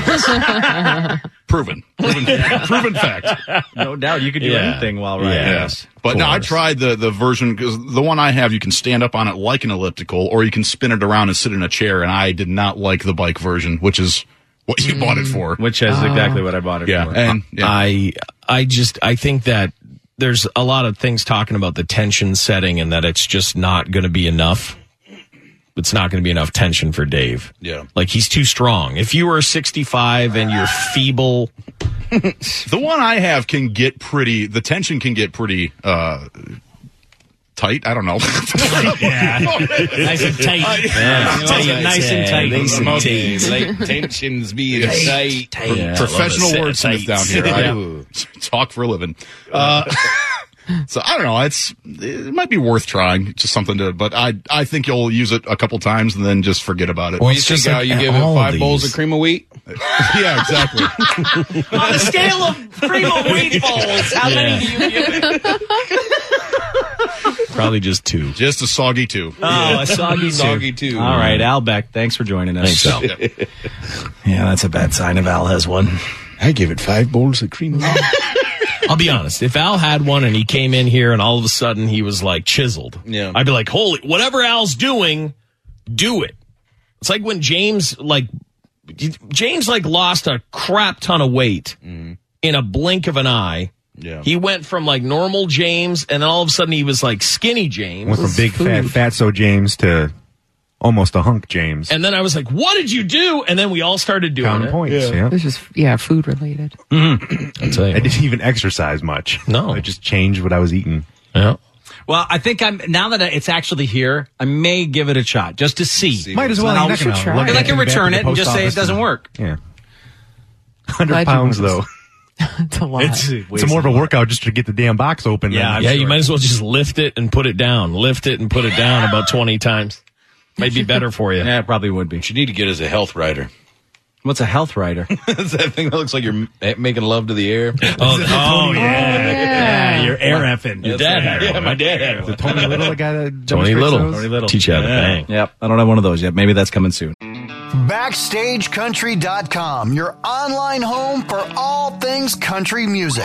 proven, proven, proven fact. No doubt. You could do Yeah. anything while riding. Yes. But no, I tried the the version because the one I have, you can stand up on it like an elliptical, or you can spin it around and sit in a chair. And I did not like the bike version, which is what you bought it for. Which is exactly what I bought it Yeah, for. and yeah. I I just I think that there's a lot of things talking about the tension setting and that it's just not going to be enough. It's not going to be enough tension for Dave. Yeah. Like he's too strong. If you were 65 and you're feeble, the one I have can get pretty. The tension can get pretty. uh Tight. I don't know. nice and tight. Nice and tight. Nice and tight. Like tensions being tight. Pro- Yeah, I love professional it. wordsmith down Tights. here. Yeah. I talk for a living. Uh, so I don't know. It's it might be worth trying. It's Just something to. But I I think you'll use it a couple times and then just forget about it. Well, you think how you give it five bowls of cream of wheat? yeah, exactly. On the scale of cream of wheat bowls, how many do you give it? probably just two. Just a soggy two. Oh, a soggy two. Soggy two. All right, Al Beck, thanks for joining us. Thanks, Al. yeah, that's a bad sign if Al has one. I give it five bowls of cream. I'll be honest. If Al had one and he came in here and all of a sudden he was like chiseled, yeah. I'd be like, holy, whatever Al's doing, do it. It's like when James, like, James, like, lost a crap ton of weight Mm-hmm. in a blink of an eye. Yeah. He went from like normal James and then all of a sudden he was like skinny James. Went from big fat fatso James to almost a hunk, James. And then I was like, "What did you do?" And then we all started doing Counting it. points, yeah. This is yeah, food related. I didn't even exercise much. No, I just changed what I was eating. Yeah. Well, I think I'm now that it's actually here. I may give it a shot just to see. Might as well. And You're I'll- not Because gonna look at I it can in the back of return the it and just post say it office doesn't and- work. Yeah. Hundred Glad you pounds weren't though. It's a lot. It's, it's more of a workout just to get the damn box open. Yeah, than- yeah. You might as well just lift it and put it down. Lift it and put it down about twenty times. Might be better for you. Yeah, it probably would be. What you need to get is a health rider. What's a health rider? It's that thing that looks like you're m- making love to the air. Oh, yeah. Yeah, you're air effing. Your dad had one. Yeah, my dad had one. Tony Little, the guy that Tony demonstrates Little. those? Teach you how to Yeah. bang. Yep. I don't have one of those yet. Maybe that's coming soon. BackstageCountry.com, your online home for all things country music.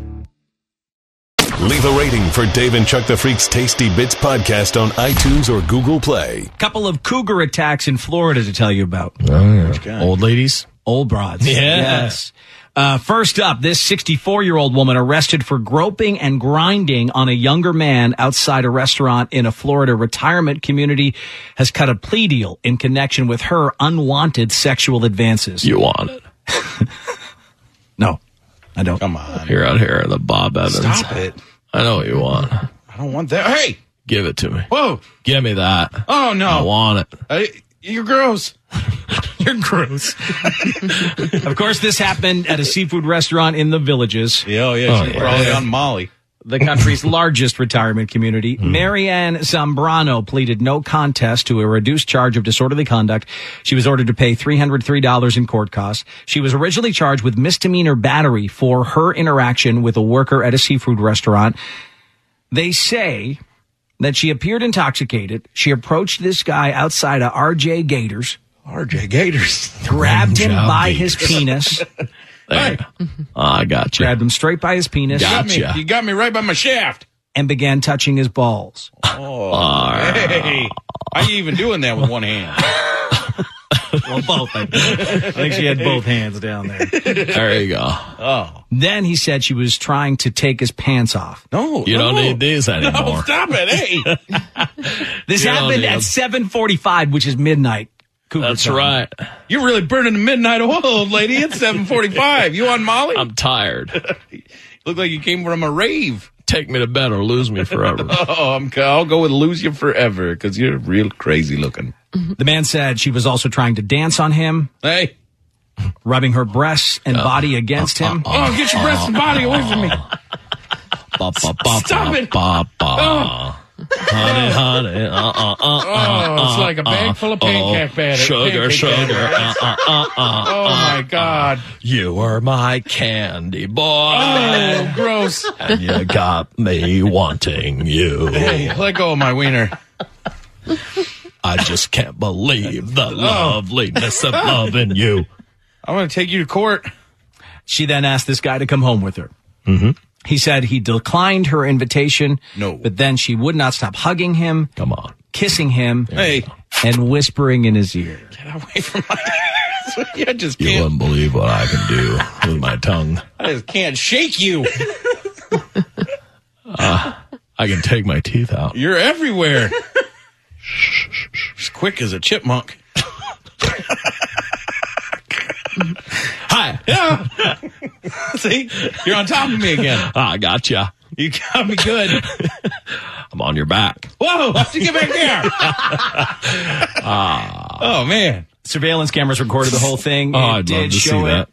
Leave a rating for Dave and Chuck the Freak's Tasty Bits podcast on iTunes or Google Play. Couple of cougar attacks in Florida to tell you about. Oh, Old ladies, old broads. Yeah. Yes. Uh, first up, this 64 year old woman arrested for groping and grinding on a younger man outside a restaurant in a Florida retirement community has cut a plea deal in connection with her unwanted sexual advances. You want it? no, I don't. Come on. You're out here, the Bob Evans. Stop it. I know what you want. I don't want that. Hey, Give it to me. Whoa. Give me that. Oh, no. I want it. I, you're gross. You're gross. of course, this happened at a seafood restaurant in the villages. Oh, yeah. she's probably on Molly. Hmm. the country's largest retirement community, Marianne Zambrano pleaded no contest to a reduced charge of disorderly conduct. She was ordered to pay $303 in court costs. She was originally charged with misdemeanor battery for her interaction with a worker at a seafood restaurant. They say that she appeared intoxicated. She approached this guy outside of RJ Gators. RJ Gators. Grabbed him Job by his Gators. penis. Hey. I got you. Grabbed him straight by his penis. You got me, you got me right by my shaft. And began touching his balls. Oh. Hey. How you even doing that with one hand? well, both. I think. I think she had both hands down there. There you go. Oh. Then he said she was trying to take his pants off. No. You don't need these anymore. Stop it. eh? Hey. This You don't happened need at them. 7:45, which is midnight. Cougar That's time. right. You're really burning the midnight oil, old lady. It's 745. You on Molly? I'm tired. Look like you came from a rave. Take me to bed or lose me forever. Oh, I'm, I'll go with lose you forever because you're real crazy looking. The man said she was also trying to dance on him, Hey. rubbing her breasts and Uh, body against him. Oh, get your breast and body away from me. Ba, ba, ba, Stop ba, it. ba, ba. uh. Honey, honey, uh, uh, uh, uh, Oh, it's uh, like a bag uh, full of pancake oh, batter- Sugar, pancake sugar, uh, batter. uh, uh, uh, Oh, my God. You were my candy boy, Oh, gross. and you got me wanting you. Hey, let go of my wiener. I just can't believe Oh. the loveliness of loving you. I'm going to take you to court. She then asked this guy to come home with her. Mm-hmm. He said he declined her invitation. No. but then she would not stop hugging him, Come on. kissing him, Hey, and whispering in his ear. get away from my. I just You can't. wouldn't believe what I can do with my tongue. I just can't shake you. Ah, I can take my teeth out. You're everywhere. As quick as a chipmunk. Hi. Yeah. See, you're on top of me again. Ah, I got you. You got me good. I'm on your back. Whoa! How'd you get back there? oh Ah. man. surveillance cameras recorded the whole thing. Oh, It I'd did love to show see it, that.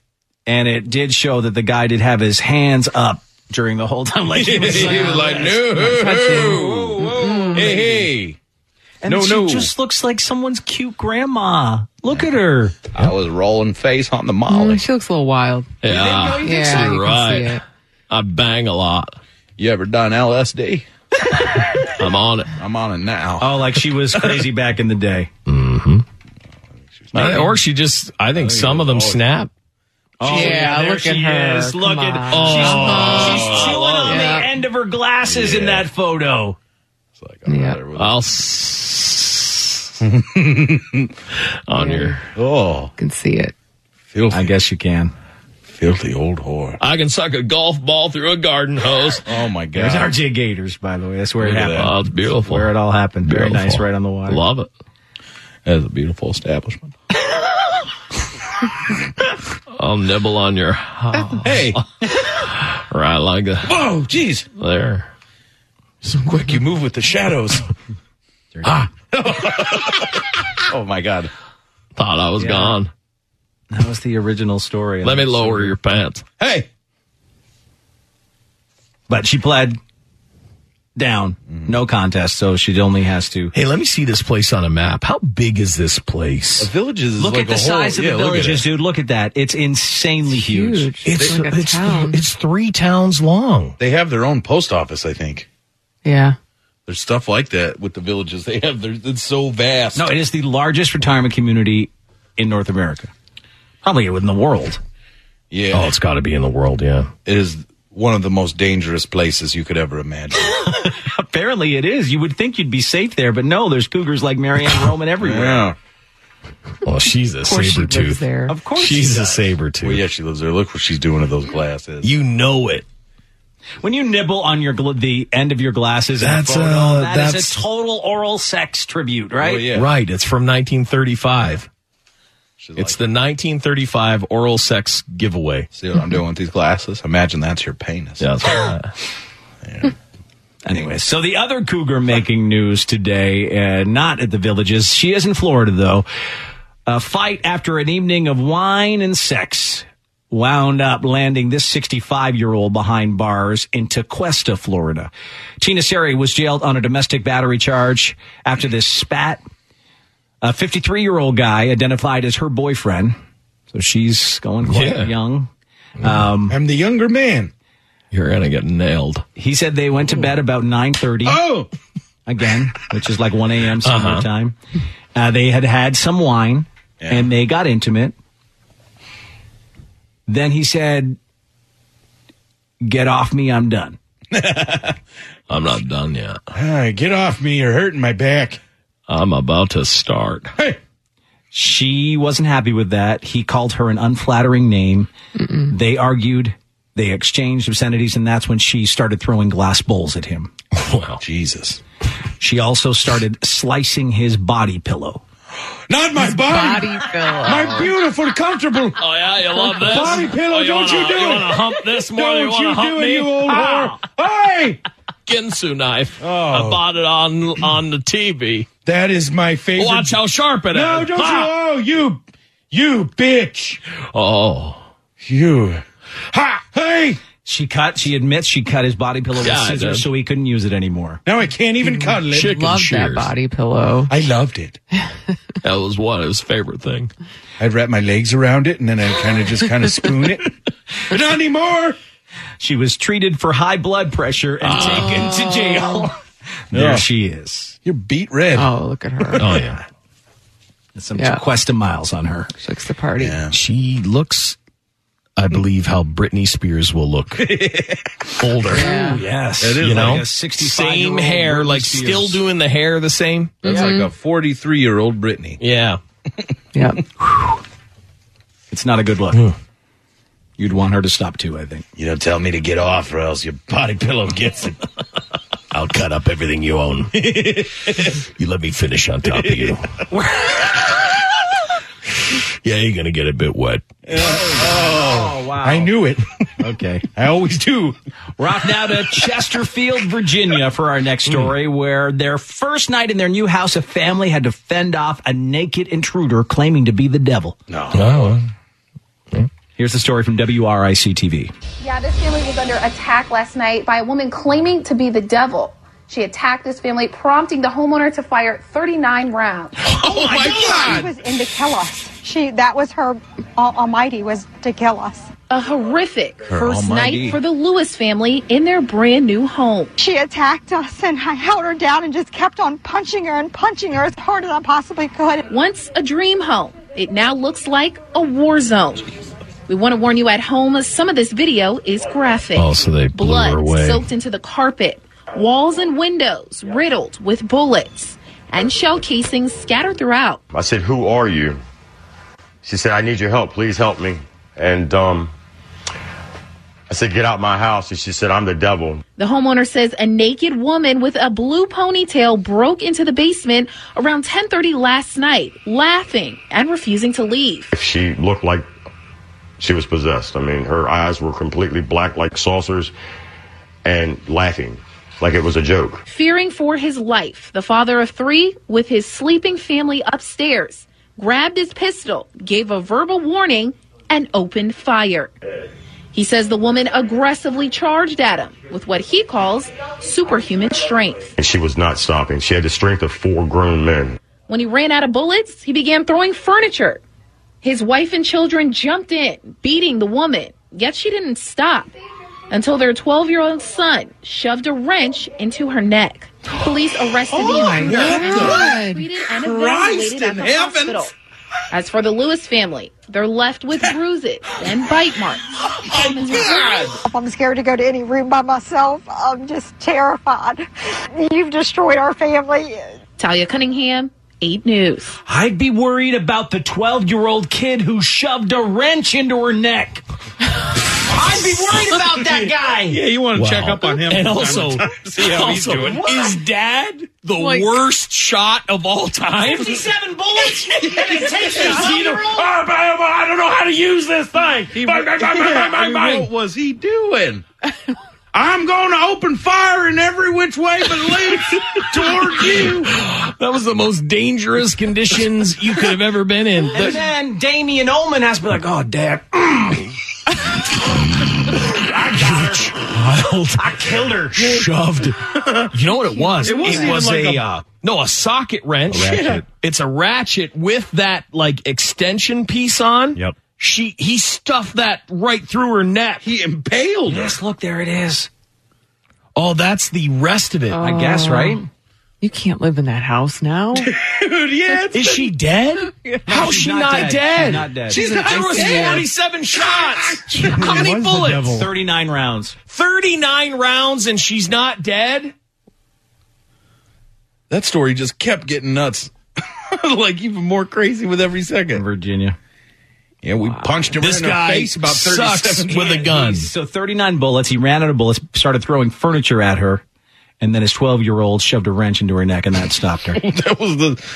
and it did show that the guy did have his hands up during the whole time. Like he was he like, was like, no, whoa, whoa. hey, hey. Mm-hmm. and No, she no. just looks like someone's cute grandma. Look at her. I was rolling face on the Mm, molly. she looks a little wild. Yeah. Yeah, you You're can see right. it. I bang a lot. You ever done LSD? I'm on it. I'm on it now. Oh, like she was crazy back in the day. Mm-hmm. Uh, I- or she just, I think some of them snap. Oh, yeah, there look she at her. Is. Look Come at on. she's, Oh, she's I chewing love on it. the end of her glasses in that photo. I'll s- on your oh, can see it. Filthy. I guess you can. Filthy old whore. I can suck a golf ball through a garden hose. oh my There's RJ Gators, by the way. That's where it Look at happened. that. Oh, it's beautiful. Where it all happened. Very nice, Beautiful. right on the water. Love it. That's a beautiful establishment. I'll Um, nibble on your. Hey. right like that. Whoa, jeez. There. So quick, you move with the shadows. ah. oh my god. Thought I was Yeah. gone. That was the original story. Let me lower your pants. Hey. But she pled down. No contest, so she only has to. Hey, let me see this place on a map. How big is this place? The Look at the size of the villages, dude. Look at that. It's insanely huge. It's it's, it's three towns long. They have their own post office, I think. Yeah. There's stuff like that with the villages. They have. There's, it's so vast. No, it is the largest retirement community in North America. Probably in the world. Yeah. Oh, it's got to be in the world. Yeah. It is one of the most dangerous places you could ever imagine. Apparently it is. You would think you'd be safe there, but no, there's cougars like Marianne Roman everywhere. Yeah. Well, Oh, she's a Of course she saber lives tooth. there. Of course she she's a does. saber tooth. well, yeah, she lives there. Look what she's doing to those glasses. You know it. When you nibble on your gl- the end of your glasses, in a That's, photo, uh, that is that's- a total oral sex tribute, Oh, right? Right. It's from 1935. it's the 1935 oral sex giveaway. See what I'm doing with these glasses? Imagine that's your penis. Yeah. That's what I- Anyway, so the other cougar making news today, uh, not at the villages. She is in Florida, though. A fight after an evening of wine and sex wound up landing this 65 year old behind bars in Tequesta, Florida. Tina Seri was jailed on a domestic battery charge after this spat. A 53 year old guy identified as her boyfriend. So she's going quite Yeah. young. Um, I'm the younger man. You're gonna get nailed. He said they went to bed about nine thirty. Oh, again, which is like one a.m. somewhere Uh-huh. time. Uh, they had had some wine and they got intimate. Then he said, "Get off me! I'm done." I'm not done yet. Ah, get off me. You're hurting my back. I'm about to start. She wasn't happy with that. He called her an unflattering name. They argued. They exchanged obscenities, and that's when she started throwing glass bowls at him. Wow. Jesus. She also started slicing his body pillow. Not my body. My beautiful, comfortable. Oh yeah, you love this? Body pillow. Oh, you don't wanna- you do you it. wanna hump this more Don't than you wanna you, hump do me? it, you old Ah. whore. Hey, Oh. Ginsu knife. I bought it on on the TV. that is my favorite. Watch how sharp it is. no, don't Ah. you. Oh, you, you bitch. Oh. You. Ha. Hey. She cut. She admits she cut his body pillow Yeah, with I scissors, uh, did. Mm-hmm. so he couldn't use it anymore. Now I can't even cuddle it. Chicken Love shears. that body pillow. I loved it. That was what his favorite thing. I'd wrap my legs around it and then I'd kind of just kind of spoon it. But not anymore. She was treated for high blood pressure and Oh. Ah. taken to jail. there Yeah. she is. You're beat red. Oh, look at her. Oh yeah. Some Yeah. Cuesta miles on her. She likes to party. She looks I believe how Britney Spears will look older. Yes. It is you know, like a 65 same year old hair, Britney like Spears. still doing the hair the same. That's Mm-hmm. like a 43 year old Brittany. Yeah, Yeah. It's not a good look. Hmm. You'd want her to stop too, I think. You don't tell me to get off, or else your body pillow gets it. I'll cut up everything you own. you let me finish on top of you. yeah, you're gonna get a bit wet. Oh, wow. I knew it. okay. I always do. We're off now to Chesterfield, Virginia for our next story, Hmm. where their first night in their new house, a family had to fend off a naked intruder claiming to be the devil. Oh, Hmm. Here's the story from WRIC TV. Yeah, this family was under attack last night by a woman claiming to be the devil. She attacked this family, prompting the homeowner to fire 39 rounds. oh my She was in to kill us. She that was her al- almighty was to kill us. A horrific Her first almighty. night for the Lewis family in their brand new home. She attacked us and I held her down and just kept on punching her and punching her as hard as I possibly could. Once a dream home, it now looks like a war zone. We want to warn you at home, some of this video is graphic. Oh, so they blew Blood her away. soaked into the carpet, walls and windows riddled with bullets, and shell casings scattered throughout. I said, "Who are you?" She said, "I need your help. Please help me." And um, I said, "Get out my house." And she said, "I'm the devil." The homeowner says a naked woman with a blue ponytail broke into the basement around 10:30 last night, laughing and refusing to leave. She looked like she was possessed. I mean, her eyes were completely black like saucers, and laughing like it was a joke. Fearing for his life, the father of 3 with his sleeping family upstairs grabbed his pistol, gave a verbal warning, and opened fire. He says the woman aggressively charged at him with what he calls superhuman strength. And she was not stopping. She had the strength of four grown men. When he ran out of bullets, he began throwing furniture. His wife and children jumped in, beating the woman, yet she didn't stop until their 12 year old son shoved a wrench into her neck. Police arrested the Oh, my intruder and God. treated and Christ evaluated at in the heavens. hospital. As for the Lewis family, they're left with bruises and bite marks. I'm scared to go to any room by myself. I'm just terrified. You've destroyed our family. Talia Cunningham, 8 News. I'd be worried about the 12 year old kid who shoved a wrench into her neck. I'd be worried about that guy. Yeah, you want to check up on him. And from time also, to time, see how he's also, doing. is dad the Like- worst shot of all time? 57 bullets? And it takes Is he a the- twelve-year-old? Oh, but I don't know how to use this thing. Bang, bang, bang, bang, bang, bang. What was he doing? I'm going to open fire in every which way but loose toward you. That was the most dangerous conditions you could have ever been in. And The- then Damien Ullman has to be like, oh, dad. child. I killed her. Shoved. You know what it was? It wasn't even was like a, a- uh, no, a socket wrench. A ratchet. It's a ratchet with that like extension piece on. Yep. She he stuffed that right through her neck. He impaled Yes, look there it is. Oh, that's the rest of it. I guess, right? Uh, You can't live in that house now. Dude, yeah. Is she dead? How's she's she not not, dead. dead? She's not dead. She's there an was icy- 47 shots. How many bullets? 39 rounds. 39 rounds and she's not dead? That story just kept getting nuts. like even more crazy with every second. Virginia. Yeah, we punched him This right in guy the face about sucks 37 with a times. gun. So 39 bullets. He ran out of bullets, started throwing furniture at her, and then his 12 year old shoved a wrench into her neck, and that stopped her. that was the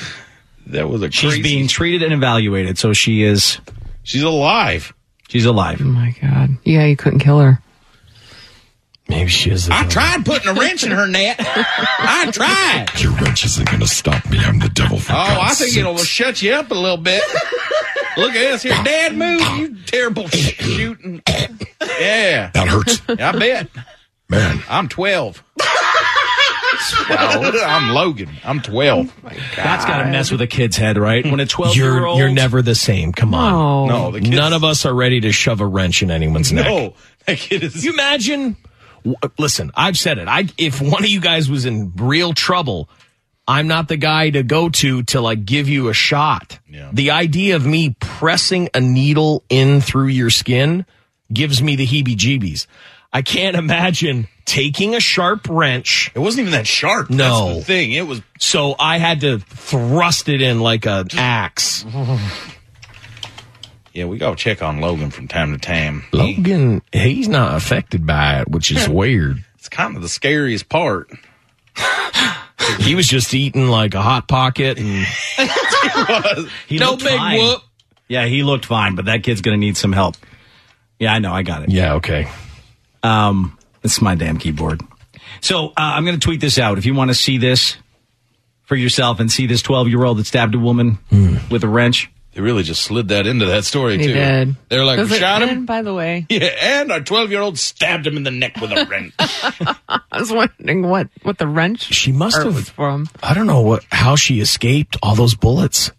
that was a She's crazy. being treated and evaluated, so she is. She's alive. She's alive. Oh my god! Yeah, you couldn't kill her. Maybe she is. I tried putting a wrench in her net. I tried. Your wrench isn't going to stop me. I'm the devil for Oh, I God's think sake. it'll shut you up a little bit. Look at this here, Dad. Move, you terrible shooting. Yeah, that hurts. I bet. Man, I'm twelve. I'm Logan. I'm twelve. That's got to mess with a kid's head, right? When a 12 year Oh You're old. you're never the same. Come on. No. No, the kids- None of us are ready to shove a wrench in anyone's neck. No, that kid is. You imagine? w- Listen, I've said it. I if one of you guys was in real trouble, I'm not the guy to go to to like give you a shot. The idea of me pressing a needle in through your skin gives me the heebie-jeebies. I can't imagine taking a sharp wrench. It wasn't even that sharp. No That's the thing. It was. So I had to thrust it in like an axe. Yeah, we gotta check on Logan from time to time. Logan, he's not affected by it, which is weird. It's kind of the scariest part. He was just eating like a hot pocket and He No looked big fine. whoop. Yeah, he looked fine, but that kid's going to need some help. Yeah, I know. I got it. Yeah, okay. Um, it's my damn keyboard. So uh, I'm going to tweet this out. If you want to see this for yourself and see this 12 year old that stabbed a woman with a wrench, They really just slid that into that story He too. did. They're like, Does we it shot him. end, By the way, Yeah, and our 12 year old stabbed him in the neck with a wrench. I was wondering what what the wrench she must have- was from. I don't know what how she escaped all those bullets.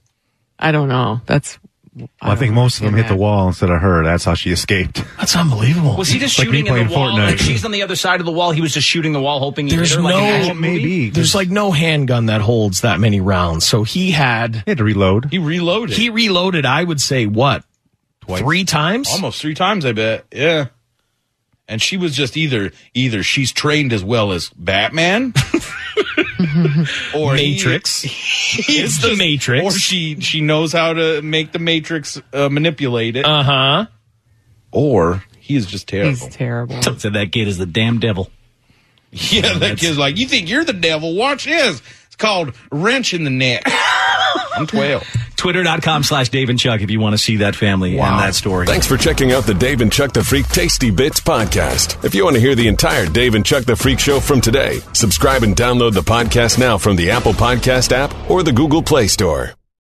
I don't know. That's Well, I, think most of them hit the wall instead of her. That's how she escaped. That's unbelievable. was he just Like me shooting in playing the wall? Fortnite. Like she's on the other side of the wall. He was just shooting the wall, hoping he There's hit her, like an no action movie? maybe. There's like no handgun that holds that many rounds. So he had He had to reload. He reloaded. He reloaded. I would say what Twice. Three times? Almost three times, I bet. Yeah. And she was just either either she's trained as well as Batman or Matrix. It's the Matrix. Or she she knows how to make the Matrix uh, manipulate it. Uh-huh. Or he is just terrible. He's terrible. So that kid is the damn devil. Yeah, that kid's like, you think you're the devil? Watch this. It's called wrench in the neck. I'm 12. Twitter.com slash Dave and Chuck if you want to see that family and that story. Thanks for checking out the Dave and Chuck the Freak Tasty Bits podcast. If you want to hear the entire Dave and Chuck the Freak show from today, subscribe and download the podcast now from the Apple Podcast app or the Google Play Store.